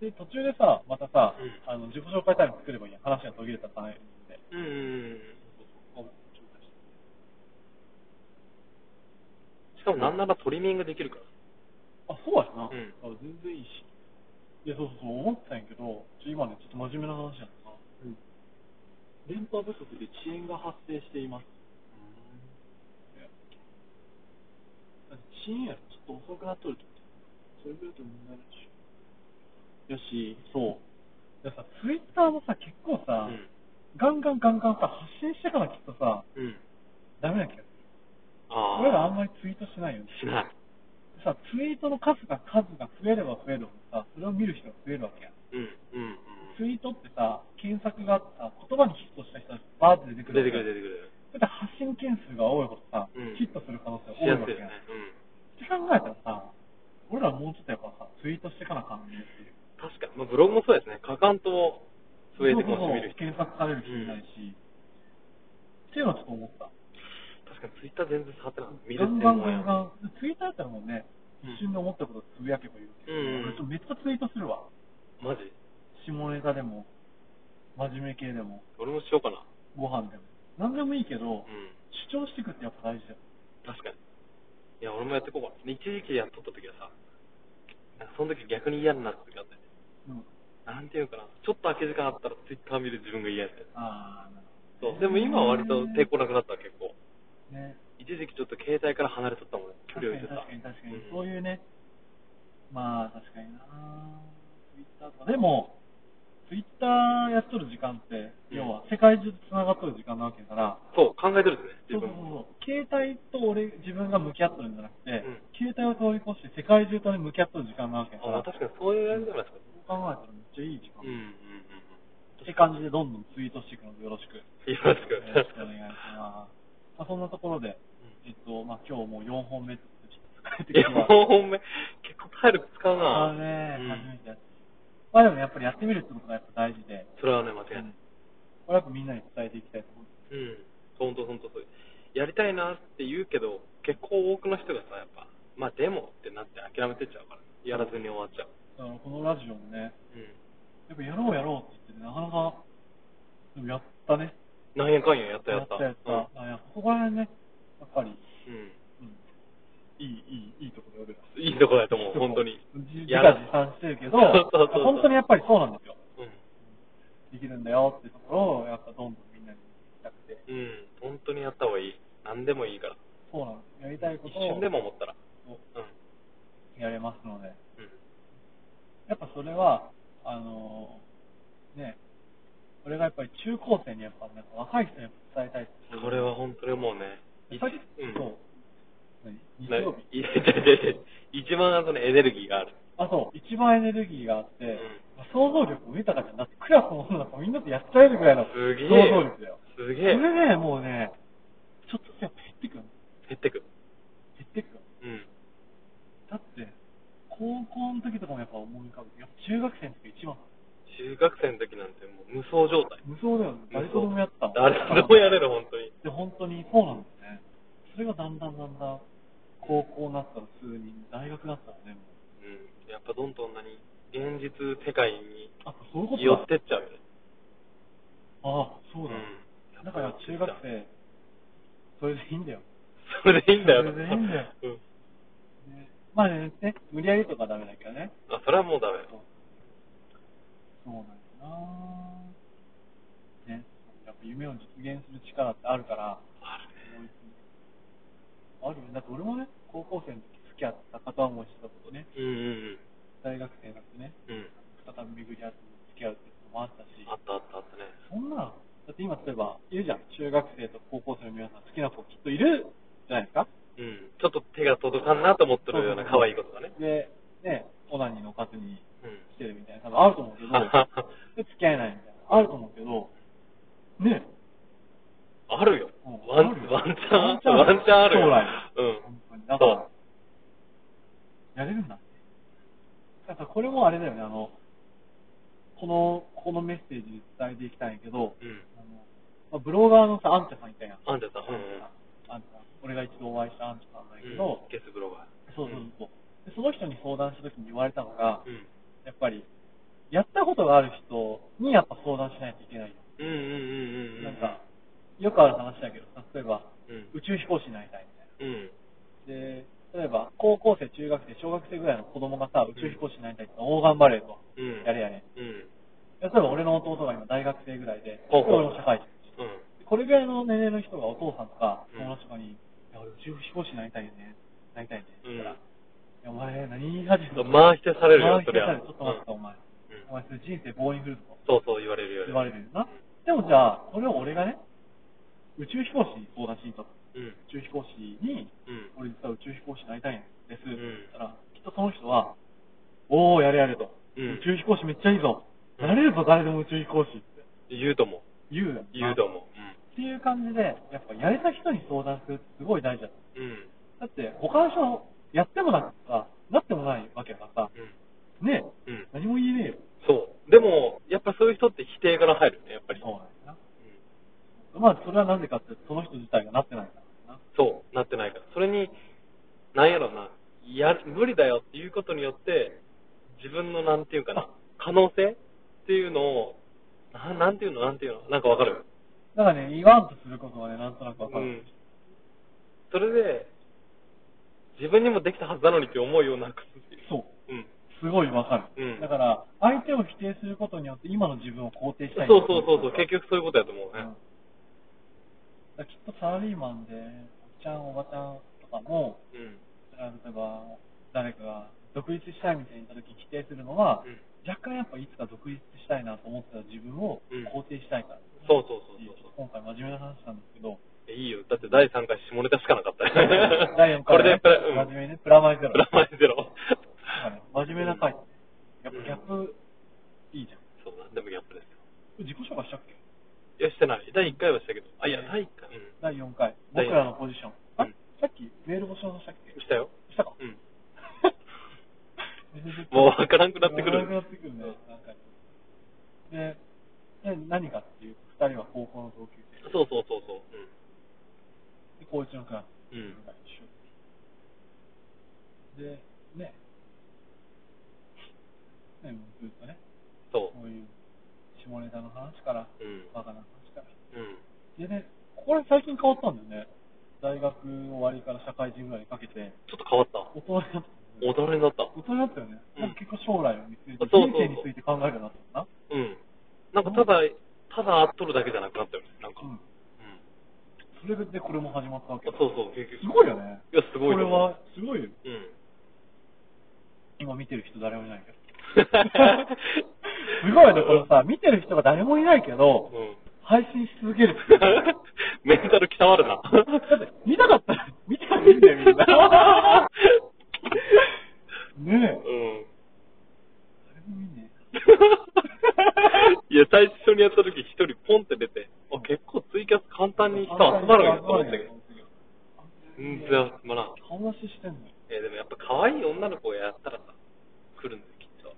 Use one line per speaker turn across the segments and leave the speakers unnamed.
で、途中でさ、またさ、
うん
あの自己紹介タイム作ればいいやん話が途切れたタイムで。
うんうんうん。
そうそう紹介して
しかもなんならトリミングできるか
あ、そうやな。
うん
あ全然いいし。いや、そうそうそう、思ってたんやけど、ちょ今ね、ちょっと真面目な話やんな。
うん
電波不足で遅延が発生しています。だって遅延やろ、ちょっと遅くなっとるってこと。それぐらいだと問題ないでしょ。よし、そう。いやさ、ツイッターもさ、結構さ、
ら。うん。
ガンガンガンガンさ、発信してからきっとさ、
うん。
ダメな気がする。
ああ。
俺らあんまりツイートしてないよね。
しない。
さ、ツイートの数が数が増えれば増えるほどさ、それを見る人が増えるわけや。
うん。うん。うん。
ツイートってさ、検索があった言葉にヒットした人がバーって出て
出て
く
くる
るわけ
出
や。だ
てくる。
って発信件数が多いほどさ、
うん
ヒットする可能性
し
が
や
多いわ
す
け
いです
や。
ね
っ。て考えたらさ、俺らもうちょっとやっぱさ、ツイートしてから関係っていう。
うん。確かに。まあブログもそうですね。かかんと増えてこない見る人。
検索される人いないし、っていうのはちょっと思った。
確かにツイッター全然触ってなかった。見る
ガ
っ
ン
ていう
ガン
もん
ガ
や
ンガン。ツイートやったらもうね、
うん
一瞬で思ったことつぶやけばいいわけ
うん
俺ちょっとめっちゃツイートするわ。
マジ
下ネタでも、真面目系でも、
俺もしようかな。
ご飯でも。何でもいいけど、
うん。
主張してくってやっぱ大事だよ。
確かに。いや、俺もやってこうかな。一時期やっとった時はさ、なんかその時逆に嫌になった時あったよね。
うん。
なんていうのかな。ちょっと空き時間あったらツイッター見る自分が嫌やったよね
あー、なる
そう。でも今は割と抵抗なくなったわ結構。
ほどね。
一時期ちょっと携帯から離れとったもんね。距
確か
離を
に
置いてた。
確かに確かに。
うん
そういうね、まあ確かになツイッターとか。でも、ツイッターやっとる時間って、
うん
要は世界中と繋がっとる時間なわけだから、
そう、考えてるんです
そ
ね、自
うそうそうそ
分も。
う。携帯と俺、自分が向き合っとるんじゃなくて、
うん
携帯を通り越して世界中とね向き合っとる時間なわけだから、
あ、まあ
そう
確かにそういうやり方なんですか。
考えたらめっちゃいい時間。
うんうんうん
って感じでどんどんツイートしていくのでよろしく。よ
うん。よろしく。
ろしくお願いします。まあ、そんなところで、えっと、まあ、今日もう4本目ちょっと疲れて
い
きて
や、もう
ます。
ほんめ、結構体力使う
あ
な。
のね、初
う
め
ん
てやってまあでもやっぱりやってみるってことがやっぱ大事で、
それはね、間違
うん。
いない
これやっぱみんなに伝えていきたいと思う。
うん、ほんとほんとそう。やりたいなって言うけど、結構多くの人がさ、やっぱ、まあでもってなって諦めてっちゃうから、やらずに終わっちゃう。
だからこのラジオもね、
うん。
やっぱやろうやろうって言ってね、なかなか、でもやったね。
何やかんや、やったやった。
やったやったあいやここら辺ね、やっぱり、
うん。うん
うん、いい、いい、いいところで俺ら。
いいとこだと思う、本当に。
自
や
画
ら
自賛してるけど、
そうそうそう
本当にやっぱりそうなんですよ。
う
で
ん。
きるんだよってところを、やっぱどんどんみんなに言いたくて。
うん、本当にやった方がいい。何でもいいから。
そうなんです。やりたいこ
一
とを
瞬でも思ったら。うん。
やれますので。
うん。
やっぱそれは、あのーね、俺がやっぱり中高生にやっぱ、なんか若い人にやっぱ伝えたいってこと
これは本当にもうね、
や
一
っぱり、
うん
そう。何日
な
曜日
いやいやいやいや一番そのエネルギーがある。
あ、そう。一番エネルギーがあって、
うん
想像力豊かじゃなくて、クラスのものなんかみんなとやっちゃえるぐらいの
すげえ。
想像力だよ。
す
こ
げえ。
れね、もうね、ちょっとずつやっぱ減ってくよ。
減ってく。
減ってくよ。
うん。
だって、高校の時とかもやっぱ思い浮かぶ。やっぱ中学生の時が一番。
中学生の時なんてもう無双状態。
無双だよね。誰とでもやったもん。
誰でもやれる、本当に。
で、本当にそうなんですね。それがだんだんだんだん、高校になったら数人、大学になったらね、もう。
うん。やっぱどんどん何、現実世界に
あ、そういうことだ
寄ってっちゃうよね。
ああ、そうだ。
うん
だから中学生、それでいいんだよ。
それでいいんだよ。
それでいいんだよ
うん。
ねまあね、ね無理やりとかはダメだけどね。
あ、それはもうダメ。
そうそうなんだなね、やっぱ夢を実現する力ってあるから、
ある
思
ね。
いついたあるよね。だって俺もね、高校生の時付き合った片思いしてたことね、
うんうん
大学生になってね、
うん。うん。
再び巡り合って付き合うってこともあったし、
あったあったあったね。
そんなの、だって今例えば、いるじゃん。中学生と高校生の皆さん、好きな子きっといるじゃないですか。
うん。ちょっと手が届かんなと思ってるような可愛いことがね。
で、ね、オナニーのおかずに
うん。
してるみたいな、多分あると思うけ ど、で、付き合えないみたいな、あると思うけど、ね、
あるよ。
うん
ワン
あるよ
ワンチャン、ワンチャンあるよ。
将来
うん
本。当に。だから、やれるんだって。だからこれもあれだよね、あの、この、このメッセージに伝えていきたいんやけど、
そう。うん。
あのまあ、ブロガーのさ、アンチャさんいたやん。
あんちゃんさん、うんうん。
あんちゃん俺が一度お会いしたアンチャさんだけど、
うんゲスブロガー。
そうそうそう。でその人に相談した時に言われたのが、
うん。
やっぱり、やったことがある人にやっぱ相談しないといけないよ。
うんうんうんうん。
なんか、よくある話だけど、例えば、
うん、
宇宙飛行士になりたいみたい
うん。
な。で、例えば、高校生、中学生、小学生ぐらいの子供がさ、宇宙飛行士になりたいって言ったら大頑張れと。
うん。
やれやれ。
うん。
例えば俺の弟が今大学生ぐらいで、
ほうほう
俺も社会人。
うん。
これぐらいの年齢の人がお父さんとか
うん
友達とかに、いや俺宇宙飛行士になりたいよね、なりたいね。
うん
いやお前何言い始めたの
回し消されるよ
回し消される
そり
ちょっと待って
ゃ
た、お前。
う
お
ん
前それ人生棒に振るぞ。
そうそう、言われるよ。
言われるよな。でもじゃあ、それを俺がね、宇宙飛行士に相談しに行ったと。
うん。
宇宙飛行士に、俺
うん。
実は宇宙飛行士になりたいんです。
うん
だから、きっとその人は、おー、やれやれと。
うん
宇宙飛行士めっちゃいいぞ。なれるぞ、誰でも宇宙飛行士って
言うとも。
言うよな
言うとも。
っていう感じで、やっぱやれた人に相談するってすごい大事だと。
うん。うん。
だって、他の人、やってもなくてさ、なってもないわけだからさ、ねえ、
うん。うん。
何も言えねえよ。
そう。でも、やっぱそういう人って否定から入るね、やっぱり。
そうなんですな。まあ、それはなぜかって、その人自体がなってないからな。
そう、なってないから。それに、なんやろな、やる、無理だよっていうことによって、自分のなんていうかな、可能性っていうのを、ななんていうの、なんていうの、なんかわかる
だからね、言わんとすることはね、なんとなくわか
う
る
ん。。それで、自分にもできたはずなのにって思いをなくすっていう。
そう。
うん。
すごいわかる。
うん
だから、相手を否定することによって、今の自分を肯定したい。
そうそうそうそう、結局そういうことやと思う
うん。だ
ね。
からきっとサラリーマンで、おっちゃん、おばちゃんとかも、
うん。
だから例えば、誰かが独立したいみたいに言った時に否定するのは、
うん
若干やっぱいつか独立したいなと思ってた自分を
うん
肯定したいから、
そうそうそうそうそう
今回真面目な話なんですけ ど、
え。いいよ。だって第3回下ネタしかなかったよ
第4
こ
回はね
れでプラ、うん、
真面目ね、プラマイゼロ。
プラマイゼロ。
だからね真面目な回。やっぱギャップ、いいじゃん。
そう、なんでもギャップですよ。
自己紹介したっけ
いや、してない。第1回はしたけど。あ、いや、第1回。うん。
第4回。
第
僕
四
らのポジション。あ、
うん
さっきメール募集の話したっけ
したよ。
したか。
うん。
全然
もうわからんくなってくる
わからんくなってくるね。なんかで、で何かっていうと、二人は高校の同級生
そうそうそうそう。
で、高一のクラス。
うん。うん。
一緒で、ね。ね、もうずっとね、
そ
こういう下ネタの話から、
う。うん。
バカな話から。
うん。
でね、これ最近変わったんだよね。大学終わりから社会人ぐらいにかけて、
ちょっと変わった。
大人になったんだよね。
大人にな
大人だ
った。
ったよね。
うん
なんか結構将来を見据えて、
そうそうそう
人生について考えるようになったな。
うん。なんかただ、ただ会っとるだけじゃなくなったよね。なんか。
う
うんん。
それでこれも始まったわけだ
そうそう、結
す
局。
ごいよね。
いや、すごい
これ
と思う。
は、すごいよ。
うん。
今見てる人誰もいないけど。す
す
ごいね、これさ、見てる人が誰もいないけど、
うん。
配信し続け る。
メンタル極まるな。
だって、見たかったら、見てあげてよ、みん な。ね
う
え。
ん。
誰も見ね
いや、最初にやった時一人ポンって出て、あ、結構ツイキャス簡単に人集まるんやと思ったけど。全然集まらん。
話してんのよ。
えーでもやっぱ可愛い女の子やったらさ、来るんだよ、きっと。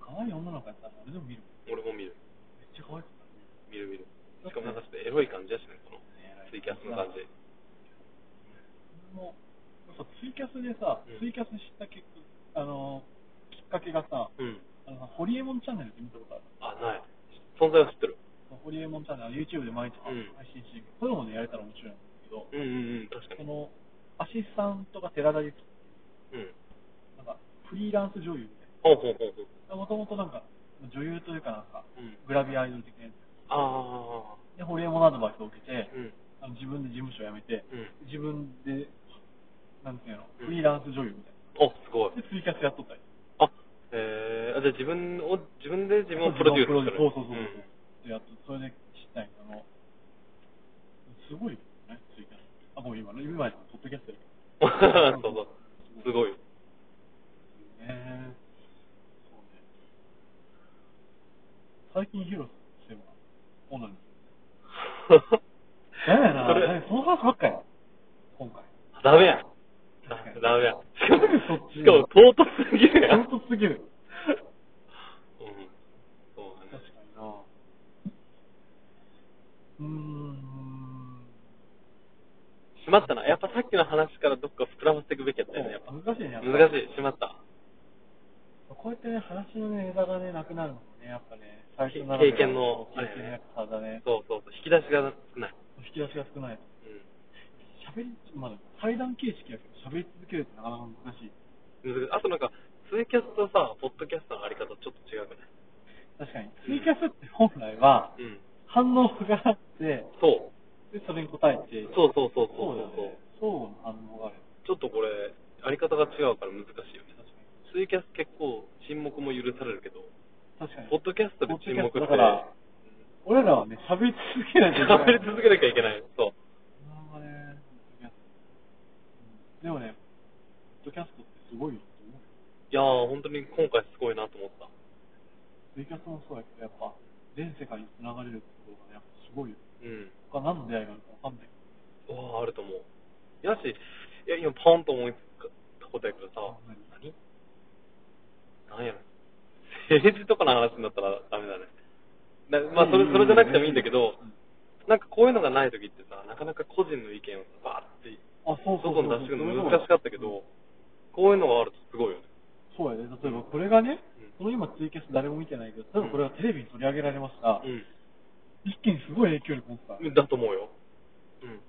可愛い女の子やったら誰でも見る。
俺も見る。
めっちゃ可愛かったね。
見る見る。しかもなんかちょっとエロい感じやしね、このツイキャスの感じ。
もうさツイキャスでさ、
うん
ツイキャスした結果、あのー、きっかけがさ、
うん。
あのホリエモンチャンネルって見たことある
あ、ない。存在は知ってる。
ホリエモンチャンネル、YouTube で毎日配
うん
信してるけど、そういうのもね、やれたら面白いんですけど、
うんうんうん、確か
そ
に。
の、アシスタントが寺田由紀、
うん。
なんか、フリーランス女優みたい
ほうほうほうほう。
な。もともとなんか、女優というかなんか、
うん。
グラビアアイドル的なや
あ
つ。で、ホリエモンのアドバイスを受けて
あ。、
あ
うん。
の自分で事務所を辞めて、
うん。
自分で、なんていうの、
うん
フリーランス女優みたい
お、すごい
な。。で、ツイキャスやっとったり。
あ、えー、あじゃあ自分を、自分で自分をプロデュースする。
そうそうそうそう。
ん
で、あと、それで知ったんやけども、すごいよね、ツイキャス。あ、もう今ね、今やポッドキャストやけ
そうそう。すごいよ。
ど。ねそうね。最近、ヒロセは、オナニー。ダメやな、
それ
ねその話ばっかや。今回。
ダメや。
確かに
ダメや。しか
そ
も
っ、ち
しかも唐突すぎるやん。
唐突すぎる。
うん。そうだ
確
ね。
かになうーん。
しまったな。やっぱさっきの話からどっか膨らませていくべきやったよね。やっぱ。
難しいね。やっぱ
難しい。しまった。
ここうやってね、話のね、枝がね、なくなるのもね、やっぱね、最初なら
経験の
経験のやっぱ差だね。
そうそうそう、引き出しが少ない。
引き出しが少ない。喋り、まあ、対談形式やけど、喋り続けるってなかなか難しい。
うん。難しいあとなんか、ツイキャスとさ、ポッドキャストのあり方ちょっと違くない
確かに。ツイキャスって本来は、
うん。
反応があって、
そう。
で、それに答えて、
そうそうそうそう
そうだ
そ
よね。そう
うそう、
の反応がある。
ちょっとこれ、あり方が違うから難しいよね。
確かに。
ツイキャス結構沈黙も許されるけど、
確かに。
ポッドキャストで沈黙
ポッドキャストだか
して、
ら俺らはね、喋り続けないといけない。
喋り続けなきゃいけない。そう。
なんかね、でもね、ポッドキャストってすごいよって思う。
いやー、本当に今回すごいなと思った。
ツイキャスもそうやけど、やっぱ、全世界に繋がれるってことがね、やっぱすごいよ。
うん。
他何の出会いがあるかわかんない。
うわー、あると思う。やし、いや、今パンと思いつかったことやけどさ、
何
何何やろ。政治とかの話になったらダメだね。なまあ、それ、それじゃなくてもいいんだけど、
うん
なんかこういうのがない時ってさ、なかなか個人の意見をバーって
あ、そうそう
外
そうそう。
に出してくるの難しかったけど、こういうのがあるとすごいよね。
そうやね。例えばこれがね
うん、
この今ツイキャス誰も見てないけど、例えばこれがテレビに取り上げられました。
う
一気にすごい影響力持った。い
ん。だと思うよ。うん。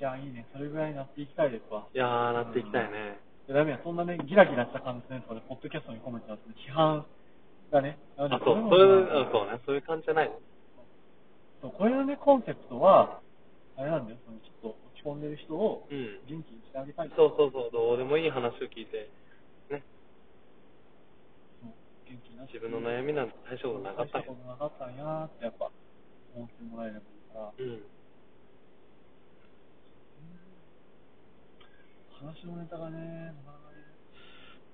や、いいね。それぐらいになっていきたいですわ。
いやー、なっていきたいね。
でダメや、そんなね、ギラギラした感じのやつはね、ポッドキャストに込めてあって、批判がね、
あ、そう、
の
それ、うんそうね、そういう感じじゃない。
そうこれのね、コンセプトは、あれなんだよ、そのちょっと落ち込んでる人を
う
元
ん
気にしてあげたい。
そうそうそう、どうでもいい話を聞いて、ね、
うん元気になって
自分の悩みなんて大したことなかった
大した
よ
こ。となかったんやーって、やっぱ、思ってもらえればいいから、
うん。
話のネタがね、なかなかね、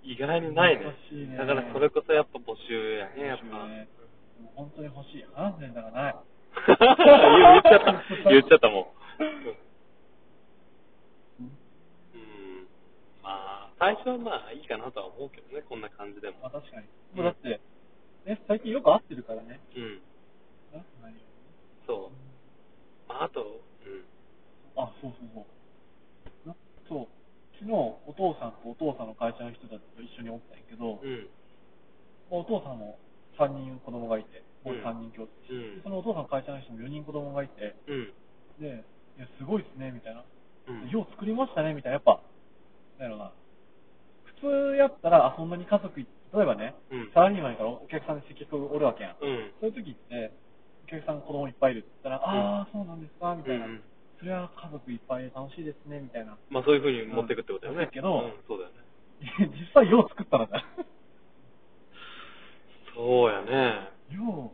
意外にないね
難しい。ね
だからそれこそやっぱ募集やね、やっぱ。
でも本当に欲しい。話すネタがない。
言っちゃった、 言っちゃったもん。うん。まあ、最初はまあいいかなとは思うけどね、こんな感じでも。
まあ確かに。
ん
もうだって、ね、最近よく会ってるからね。
うん。
な何よ
そう。まあ、あと、うん。
あ、そうそうそう。なそう。昨日、お父さんとお父さんの会社の人たちと一緒におったんやけど、
うん。
お父さんも3人子供がいて、
うん
俺3人兄弟、
うん
そのお父さんの会社の人も4人子供がいて、
うん。
で、いや、すごいっすね、みたいな。
うん。
よう作りましたね、みたいな。やっぱ、なんやろな。普通やったら、あ、そんなに家族い、例えばね、
うん
サラリーマンやからお客さんに接客おるわけやん。
うん。
そういう時って、お客さん子供いっぱいいるって言ったら、ああ、そうなんですか、みたいな。
うん
それは家族いっぱいで楽しいですね、みたいな。
まあそういうふうに持っていくってことだよ
うん
ね。
だけど
うん、そうだよね。
いや実際、よう作ったらだ。
そうやね。
よ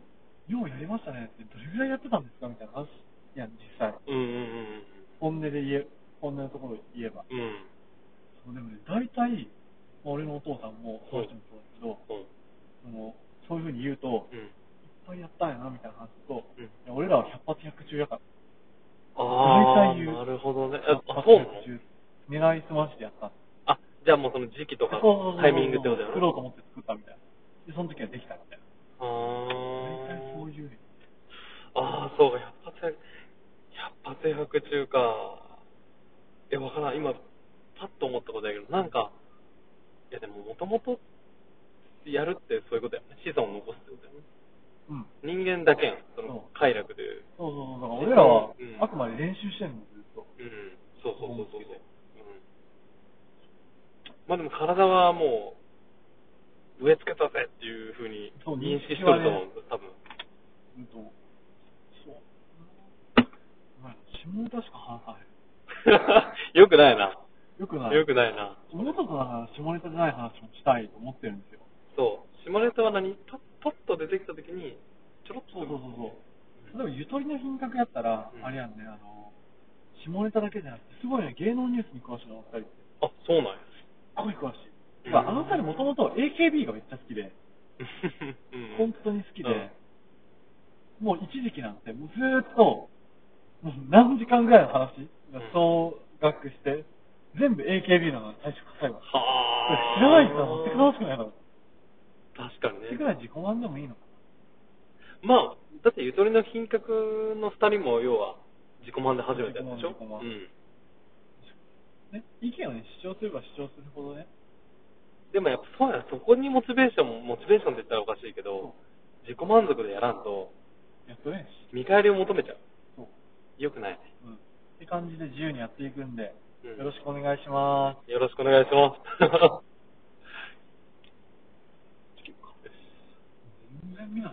う、ようやりましたねって、どれぐらいやってたんですかみたいな話。いや、実際。
うんうん
本音で言え、本音のところ言えば。
うんうん。うん。
そうでもね、大体、まあ俺のお父さんも、そういう人もそうだけど、
うん。
そのそういうふうに言うと、いっ
うん。
ぱいやったんやな、みたいな話すると、
うん
いや俺らは100発100中やから。
ああ、
大体言う
なるほどね。
100
あ、
発
そうなの
100中。狙いすましてやった。
あ、じゃあもうその時期とかタイミングってことだよね。
作ろうと思って作ったみたいな。で、その時はできたみたいな。大体
あ
そう
ー
いうね。
あー、そうか、百発百、百発百中か。え、わからん。今、パッと思ったことやけど、なんか、いやでも、もともと、やるってそういうことやね。子孫を残すってことやね。
うん。
人間だけやん。その
そ、
快楽でいう。
そうそうそう。だから俺らは
うん、
あくまで練習してんの、ずっと。
うん。そうそうそうそう。
思うんですけど
うん。まあでも、体はもう、植え付けたぜっていうふうに
そう
認識してると思う
認。
多分。
うんと、そう。まあ、下ネタしか話さない。
よくないな。
よくない。
よくないな。
下ネタとか下ネタじゃない話もしたいと思ってるんですよ。
そう。下ネタは何パッパッと出てきたときに、ちょろっと。
そうそうそうそう。例えば、ゆとりの品格やったら、
うん
あれやんね、あの、下ネタだけじゃなくて、すごいね、芸能ニュースに詳しいの、お二人って。
あ、そうなん や。
すごい詳しい。
うん
まあ、あの二人もともと AKB がめっちゃ好きで、
うん
本当に好きで、
うん
もう一時期なんて、もうずーっと、もう何時間ぐらいの話、
ん
総額して、全部 AKB なの、最初から最後。
はあ。
知らない人は持ってくらしくないだろ。
確かに
って
ね
ぐ。らい自己満でもいいのか
まあ、だってゆとりの品格の二人も、要は、自己満で初めてやったでしょ
自己満
うん。
な。ね、意見をね、主張すれば主張するほどね、
でもやっぱそうやなそこにモチベーションも、モチベーションって言ったらおかしいけど、自己満足でやらんと、
やっとね
見返りを求めちゃう。
そう、
よくないね。
うん、って感じで自由にやっていくんで、
うん
よろしくお願いします
よろしくお願いします。
全然見ない